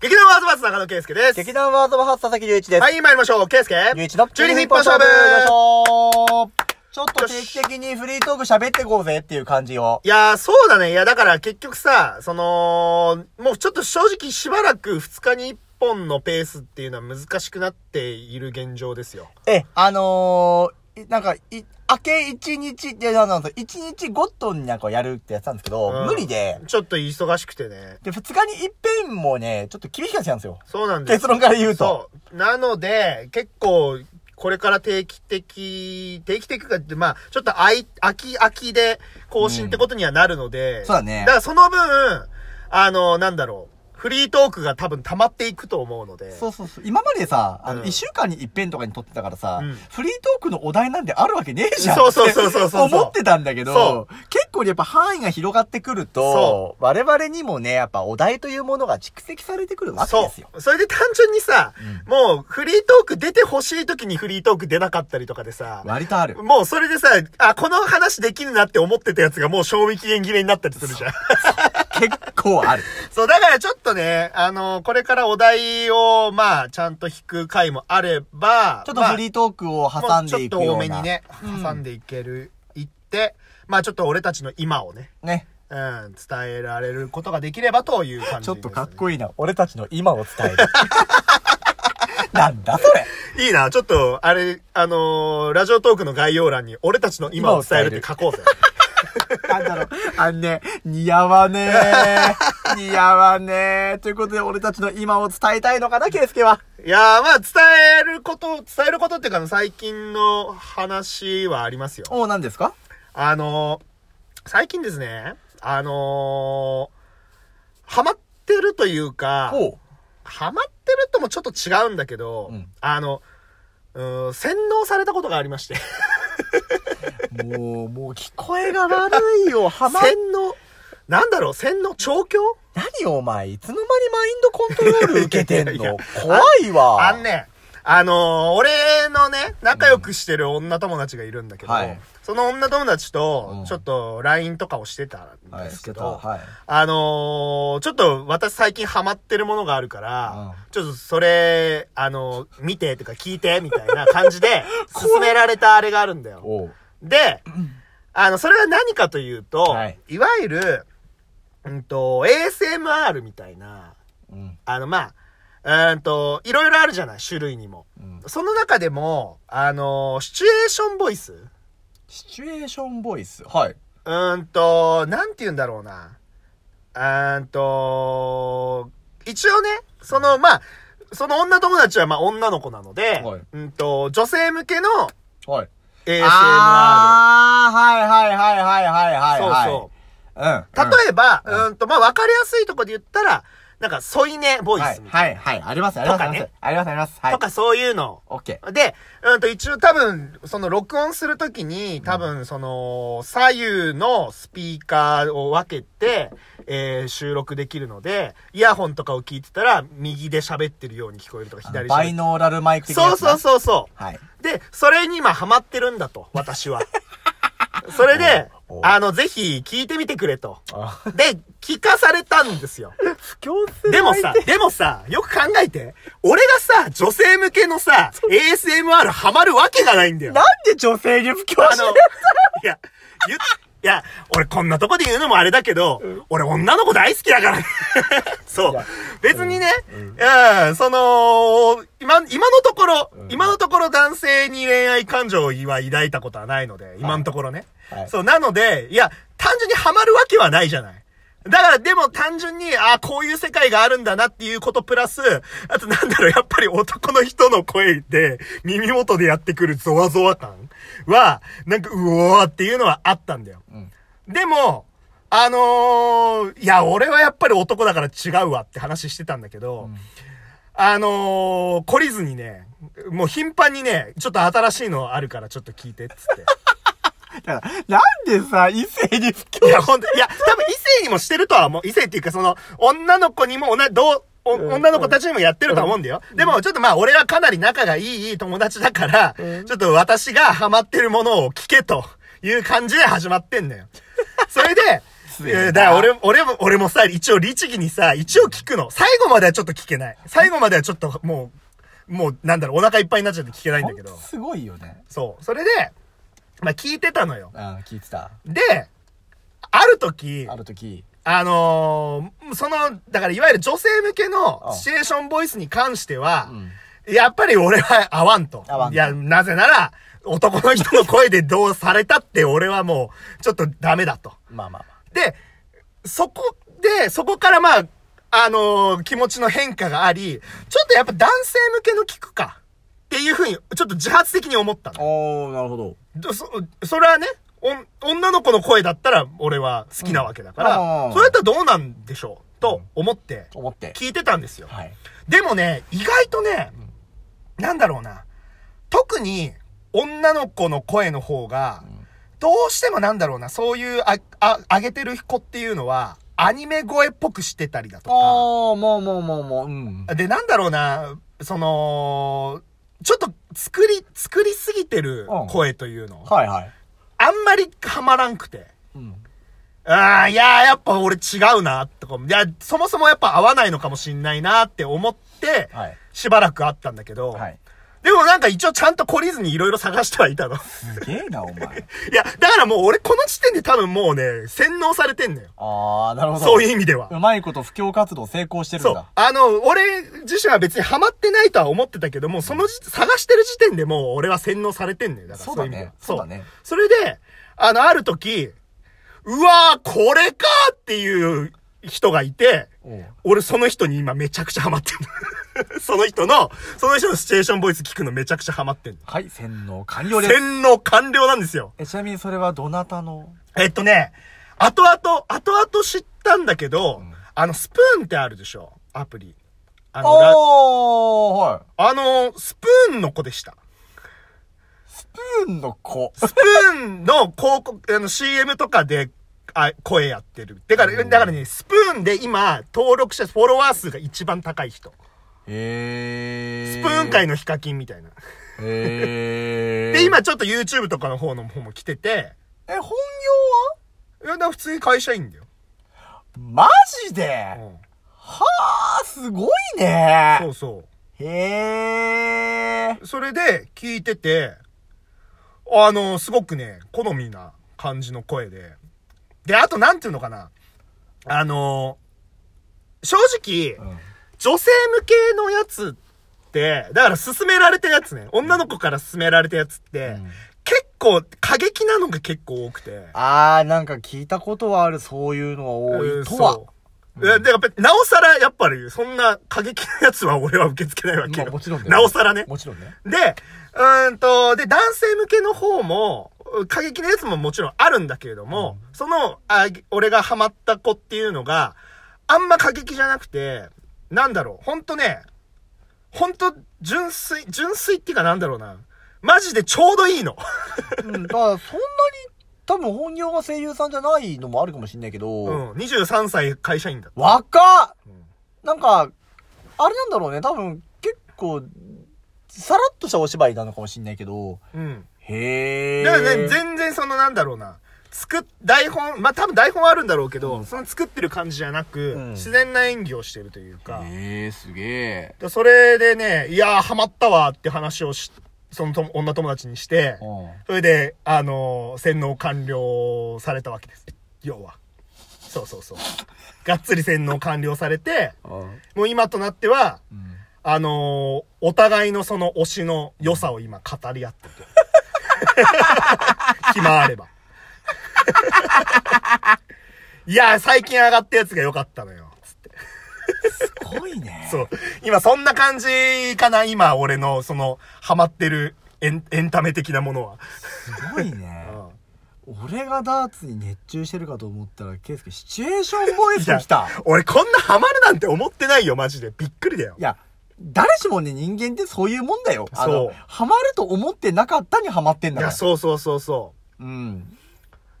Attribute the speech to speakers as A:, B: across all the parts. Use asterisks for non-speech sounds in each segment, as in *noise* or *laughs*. A: 劇団ワードバーツ中野圭介です。
B: 劇団ワードバーハーツ佐々木隆一です。。
A: はいい、参りましょう。圭介。
B: 隆一の
A: 12分一本勝負
B: よいしょーちょっと定期的にフリートーク喋ってこうぜっていう感じを。
A: いやー、そうだね。いや、だから結局さ、その、もうちょっと正直しばらく2日に1本のペースっていうのは難しくなっている現状ですよ。
B: ええ、あのー、いなんか、い、明け一日、で、あの、一日ごとになんかやるってやってたんですけど、
A: うん
B: 無理で、
A: ちょっと忙しくてね。
B: で、二日に一遍もね、ちょっと厳しかったんですよ。
A: そうなんです。
B: 結論から言うと。
A: そう。なので、結構、これから定期的、定期的かって、まあ、ちょっとあい、空き、空きで更新ってことにはなるので。
B: んそうだね
A: だからその分、あの、なんだろう。フリートークが多分溜まっていくと思うので。
B: そうそうそう。今までさ、あ
A: う
B: の、
A: ん
B: 一週間に一遍とかに撮ってたからさ、
A: うん
B: フリートークのお題なんてあるわけねえじゃん。
A: そうそうそうそうそう
B: って思ってたんだけ
A: そ
B: ど、結構やっぱ範囲が広がってくる
A: そ
B: と、我々にもね、やっぱお題というものが蓄積されてくるわけですよ。
A: そう。それで単純にさ、もう、フリートーク出てほしい時にフリートーク出なかったりとかでさ、
B: 割とある。
A: もうそれでさ、あ、この話できるなって思ってたやつがもう賞味期限切れになったりするじゃん。
B: 結
A: *laughs*
B: 構ある。
A: そう、だからちょっとね、あの、これからお題を、まあ、ちゃんと引く回もあれば、
B: ちょっとフリートークを
A: まあ
B: 挟んでいくような。
A: もちょっと多めにね、挟んでいける、いって、まあちょっと俺たちの今をね、
B: ね。
A: うん、伝えられることができればという感じです、
B: ち
A: ね。
B: ょっとかっこいいな。俺たちの今を
A: *laughs*
B: 伝える。なんだそれ。
A: いい。いいな、ちょっと、あれ、あのーラジオトークの概要欄に、俺たちの今を伝えるって書こうぜ。 *laughs*
B: なんだろう。あのね、似合わね
A: *laughs*
B: え。似合わねえ。ということで、俺たちの今を伝えたいのかな、ケイスケは。
A: いやー、まあ、伝えること、伝えることっていうか、最近の話はありますよ。
B: おう、何ですか
A: あのー最近ですね、あのーハマってるというか、
B: おう。
A: ハマってるともちょっと違うんだけど、
B: うん
A: あの、うーん洗脳されたことがありまして。
B: もう、もう聞こえが悪いよ。はま
A: 洗脳なんだろう洗脳調教
B: 何よ、お前。いつの間にマインドコントロール受けてん
A: *laughs*
B: の
A: いやいやいや
B: 怖いわ。
A: あんね、あのー俺のね、仲良くしてる女友達がいるんだけど、
B: はい
A: その女友達
B: う
A: と
B: ん、
A: ちょっと LINE とかをしてたん
B: はい、
A: ですけど、
B: はい。
A: あのーちょっと私最近ハマってるものがあるから、
B: うん
A: ちょっとそれ、あのー見てとか聞いてみたいな感じ
B: *laughs*
A: で、勧められたあれがあるんだよ。
B: おう。
A: で、あの、それは何かというと、
B: はい
A: い、わゆる、うんと、ASMR みたいな、
B: うん。
A: あの、まあ、うんと、いろいろあるじゃない、種類にも。
B: うん
A: その中でも、あのーシチュエーションボイス
B: シチュエーションボイス。はい。
A: うーんと、なんて言うんだろうな。うーんと、一応ね、その、まあ、その女友達はまあ女の子なので、
B: はい
A: うんと、女性向けの
B: はい。
A: ASMR。
B: あー、はいはいはいはいはいはい。
A: そう
B: はい
A: そう。
B: うん。
A: 例えば、う
B: うん
A: んと、まあ、わかりやすいとこで言ったら、なんか、添い寝ボイ
B: はい
A: スみたい
B: はいはい。ありますありますあります。ありますあります。
A: な。
B: はい
A: と。か、そういうの。
B: オッケー。
A: で、うんと、一応多分、その録音するときに、多分、その、左右のスピーカーを分けて、えー収録できるので、イヤホンとかを聞いてたら、右で喋ってるように聞こえるとか、
B: あの
A: 左で
B: バイ
A: 喋
B: ノーラルマイク的な
A: そ
B: や
A: う
B: つな
A: そうそうそう。
B: はい。
A: で、それに今ハマってるんだと、私は。それで
B: おうお、う
A: あの、ぜひ聞いてみてくれと。
B: あ、
A: で、聞かされたんですよ。
B: 不況す
A: でもさ、でもさ、よく考えて、俺がさ、女性向けのさ、ASMR ハマるわけがないんだよ。
B: なんで女性に不況
A: あ
B: し
A: の
B: て、
A: いや、ゆいや、俺こんなとこで言うのもあれだけど、俺女の子大好きだからね。そう
B: いや。
A: 別にね、うん、その、今、今のところ、
B: うん
A: 今のところ男性に恋愛感情は抱いたことはないので、今のところね。
B: はい
A: そう、なので、いや、単純にハマるわけはないじゃない。だから、でも単純に、ああ、こういう世界があるんだなっていうことプラス、あとなんだろう、やっぱり男の人の声で、耳元でやってくるゾワゾワ感は、なんか、うおーっていうのはあったんだよ。
B: ん
A: でも、あのーいや、俺はやっぱり男だから違うわって話してたんだけど、あのー、懲りずにね、もう頻繁にね、ちょっと新しいのあるからちょっと聞いてっ、つって。
B: だからなんでさ、異性に不況
A: いや、ほんと、いや、多分異性にもしてるとは思う。異性っていうか、その、女の子にも、同じ、どう、お
B: うん
A: 女の子たちにもやってるとは思うんだよ。でも、ちょっとまあ、俺はかなり仲がいい友達だから、
B: うん
A: ちょっと私がハマってるものを聞けという感じで始まってんのよ。それで、
B: す
A: いやだから俺、俺も、俺もさ、一応、律儀にさ、一応聞くの。最後まではちょっと聞けない。最後まではちょっと、もう、もう、なんだろう、お腹いっぱいになっちゃって聞けないんだけ
B: ほ
A: ど
B: んと。すごいよね。
A: そう。それで、まあ、聞いてたのよ。
B: うん、聞いてた。
A: で、ある時
B: あ、る時。
A: あのーその、だからいわゆる女性向け
B: う
A: の
B: ん
A: シチュエーションボイスに関しては
B: う、ん。
A: やっぱり俺は合わんと。
B: 合わんと
A: いや、なぜなら、男の人の声でどうされたって俺はもう、ちょっとダメだと。
B: まあまあまあ。
A: で、そこで、そこからまあ、あのー気持ちの変化があり、ちょっとやっぱ男性向けの聞くか。っていうふうに、ちょっと自発的に思ったの。
B: おー、なるほど。
A: どそ、それはね、お女の子の声だったら俺は好きなわけだから、
B: うんあー
A: それだったらどうなんでしょうと思って
B: 思って。
A: 聞いてたんですよ。
B: はい。
A: でもね、意外とね、なんだろうな。特に女の子の声の方が、どうしてもなんだろうな、そういうあ、あ、上げてる子っていうのは、アニメ声っぽくしてたりだとか、
B: おー、もうもうもうもう、うん。
A: で、なんだろうな、その、ちょっと作り、作りすぎてる声というの、
B: はいはい。
A: あんまりハマらんくて。
B: うん。
A: ああ、いやー、やっぱ俺違うな、とか、いや、そもそもやっぱ合わないのかもしんないなって思って、
B: はい。
A: しばらくあったんだけど、
B: はい。
A: でもなんか一応ちゃんと懲りずにいろいろ探してはいたの。 *laughs* い
B: すげえな、お前。
A: や、だからもう俺この時点で多分もうね、洗脳されてんのよ。
B: あー、なるほど。
A: そういう意味では。
B: うまいこと布教活動成功してる
A: そ
B: ん
A: う
B: だ。。
A: あの、俺自身は別にハマってないとは思ってたけども、その時探してる時点でもう俺は洗脳されてんのよ。だから
B: そ
A: そうういう
B: だ
A: 意味では
B: ね。。そうだね。
A: それで、あの、ある時、うわー、これかーっていう人がいて、
B: おう
A: 俺その人に今めちゃくちゃハマってる。その *laughs* 人の、その人のシチュエーションボイス聞くのめちゃくちゃハマってる。
B: はい、洗脳完了です。
A: 洗脳完了なんですよ。
B: え、ちなみにそれはどなたの
A: えっとね、後々、後々知ったんだけど、
B: ん
A: あの、スプーンってあるでしょアプリ。あの、ラ
B: おー、はい。
A: あの、スプーンの子でした。
B: スプーンの子。
A: スプーンの広告、あの、CM とかで、あ、声やってる。だから、
B: うん
A: だからね、スプーンで今、登録者、フォロワー数が一番高い人。
B: へ
A: ス
B: ー。
A: プーン界のヒカキンみたいな。
B: へー。
A: で、、今ちょっと YouTube とかの方の方も来てて、
B: え、本業はい
A: や、だから普通に会社員だよ。
B: マジで
A: うん
B: はあ、すごいね
A: そうそう。
B: へえ。
A: それで聞いてて、あの、すごくね、好みな感じの声で。で、あとなんていうのかな。あの、正直、女性向けのやつって、だから勧められたやつね、女の子から勧められたやつって、
B: うん
A: 結構過激なのが結構多くて。
B: あー、なんか聞いたことはある、そういうのは多
A: う
B: い
A: ん
B: とは。
A: そうで、でやっぱりなおさら、やっぱり、そんな過激なやつは俺は受け付けないわけよ。
B: まあもちろんだよ
A: なおさらね。
B: もちろんね。
A: で、うーんと、で、男性向けの方も、過激なやつももちろんあるんだけれども、そのあ、俺がハマった子っていうのが、あんま過激じゃなくて、なんだろう、ほんとね、ほんと純粋、純粋っていうかなんだろうな。マジでちょうどいいの。
B: うん、だからそんなに、多分本業が声優さんじゃないのもあるかもしんないけど、
A: うん、23歳会社員だった。
B: 若っ
A: うん
B: なんか、あれなんだろうね、多分結構、さらっとしたお芝居なのかもしんないけど、
A: うん。
B: へえ。
A: だからね、全然そのなんだろうな。作っ、台本、まあ、多分台本はあるんだろうけど、
B: うん
A: その作ってる感じじゃなく、
B: うん
A: 自然な演技をしてるというか、
B: へえ、すげえ。
A: でそれでね、いやー、ハマったわって話をし、そのとも女友達にして、
B: うん。
A: それで、あのー洗脳完了されたわけです。要は。そうそうそう。がっつり洗脳完了されて、もう今となっては、
B: うん
A: あのーお互いのその推しの良さを今語り合ってる。 *laughs* 暇あれば。 *laughs* いやー、最近上がったやつが良かったのよ。つって。
B: すごいね。
A: *laughs* そう。今そんな感じかな今俺のその、ハマってるエンエンタメ的なものは。
B: すごいね。俺がダーツに熱中してるかと思ったら、ケイスケ、シチュエーションボイスで来た。
A: 俺こんなハマるなんて思ってないよ、マジで。びっくりだよ
B: い。や、誰しもね、人間ってそういうもんだよ。あ
A: そう
B: の、ハマると思ってなかったにハマってん
A: い
B: だから。
A: や、そうそうそうそう。
B: うん。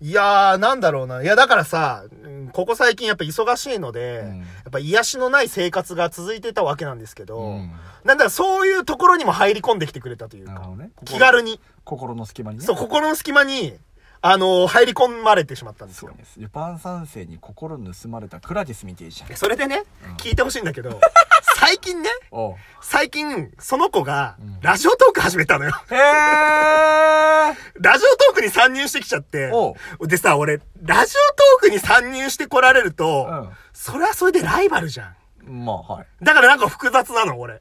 A: いやー、なんだろうな。いや、だからさ、うんここ最近やっぱ忙しいので、
B: うん
A: やっぱ癒しのない生活が続いてたわけなんですけど、
B: うん
A: なんだろう、そういうところにも入り込んできてくれたという
B: なる
A: か
B: ほど、ね。
A: 気軽に、
B: 心の隙間にね。
A: そう、心の隙間に、あの、入り込まれてしまったんです
B: そう
A: よ。
B: です。ルパン三世に心盗まれたクラティスみてえじゃん。
A: それでね、聞いてほしいんだ *laughs* けど、最近ね、
B: おう
A: 最近、その子が、ラジオトーク始めたのよ。 *laughs*
B: へー
A: ラジオトークに参入してきちゃって
B: お、
A: でさ、俺、ラジオトークに参入してこられると、
B: うん
A: それはそれでライバルじゃん。
B: まあ、はい。
A: だからなんか複雑なの、俺。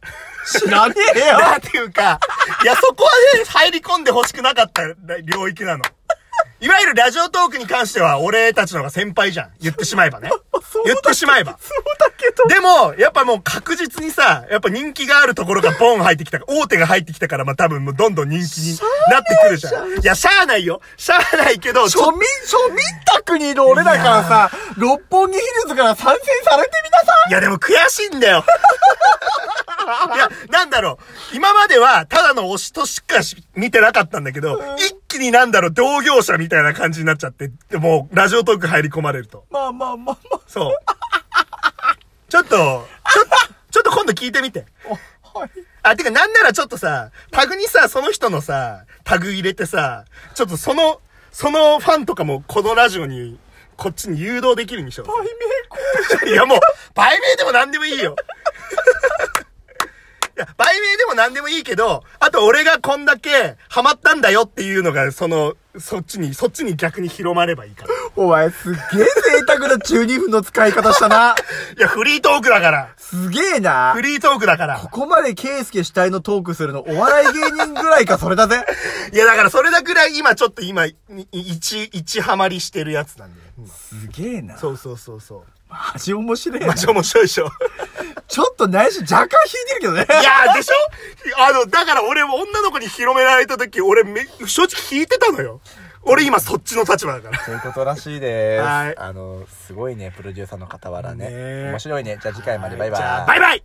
B: 知らねえ
A: *laughs*
B: よ
A: なんていうか、いや、そこはね、入り込んで欲しくなかった領域なの。いわゆるラジオトークに関しては、俺たちの方が先輩じゃん。言ってしまえばね
B: *laughs* そう。だ
A: 言ってしまえば。
B: そうだけど。
A: でも、やっぱもう確実にさ、やっぱ人気があるところがボン入ってきたから、大手が入ってきたから、まあ多分もうどんどん人気になってくるじゃん。いや、しゃあないよ。しゃあないけど、ちょ
B: 庶民、庶民宅にいる俺だからさ、六本木ヒルズから参戦されてみなさ
A: いやでも悔しいんだ *laughs* よ。いや、なんだろう。今までは、ただの推しとしかし見てなかったんだけど、一気になんだろう、同業者みたいな感じになっちゃって、でもう、ラジオトーク入り込まれると。
B: いまあまあまあま
A: *laughs* そう。ちょっと、ちょ、ちょっと今度聞いてみて。
B: あ。はい。
A: あ、てかなんならちょっとさ、タグにさ、その人のさ、タグ入れてさ、ちょっとその、そのファンとかもこのラジオに、こっちに誘導できるんでしょう
B: 大名
A: いやもう、売名でも何でもいいよ。いや、売名でも何でもいいけど、あと俺がこんだけハマったんだよっていうのが、その、そっちに、そっちに逆に広まればいいから。
B: お前すっげえ贅沢な12分の使い方したな。
A: いや、フリートークだから。
B: すげえな
A: フ。リートークだか
B: こ
A: ら。
B: こまで圭介主体のトークするのお笑い芸人ぐらいかそれだぜ。
A: いや、だからそれだくらい今ちょっと今、い一、一ハマりしてるやつなんだよ。今
B: すげえな。
A: そうそうそうそう。
B: 味面白いな
A: マ。ジ面白いでしょ。
B: ちょっと内緒若干引いてるけどね。
A: いやー、でしょあの、だから俺も女の子に広められた時、俺め、正直引いてたのよ。俺今そっちの立場だから。
B: ということらしいです。
A: はい
B: あの、すごいね、プロデューサーの傍ら
A: ねえ
B: ね。面白いね。じゃあ次回までバイバイ。
A: じゃあバイバイ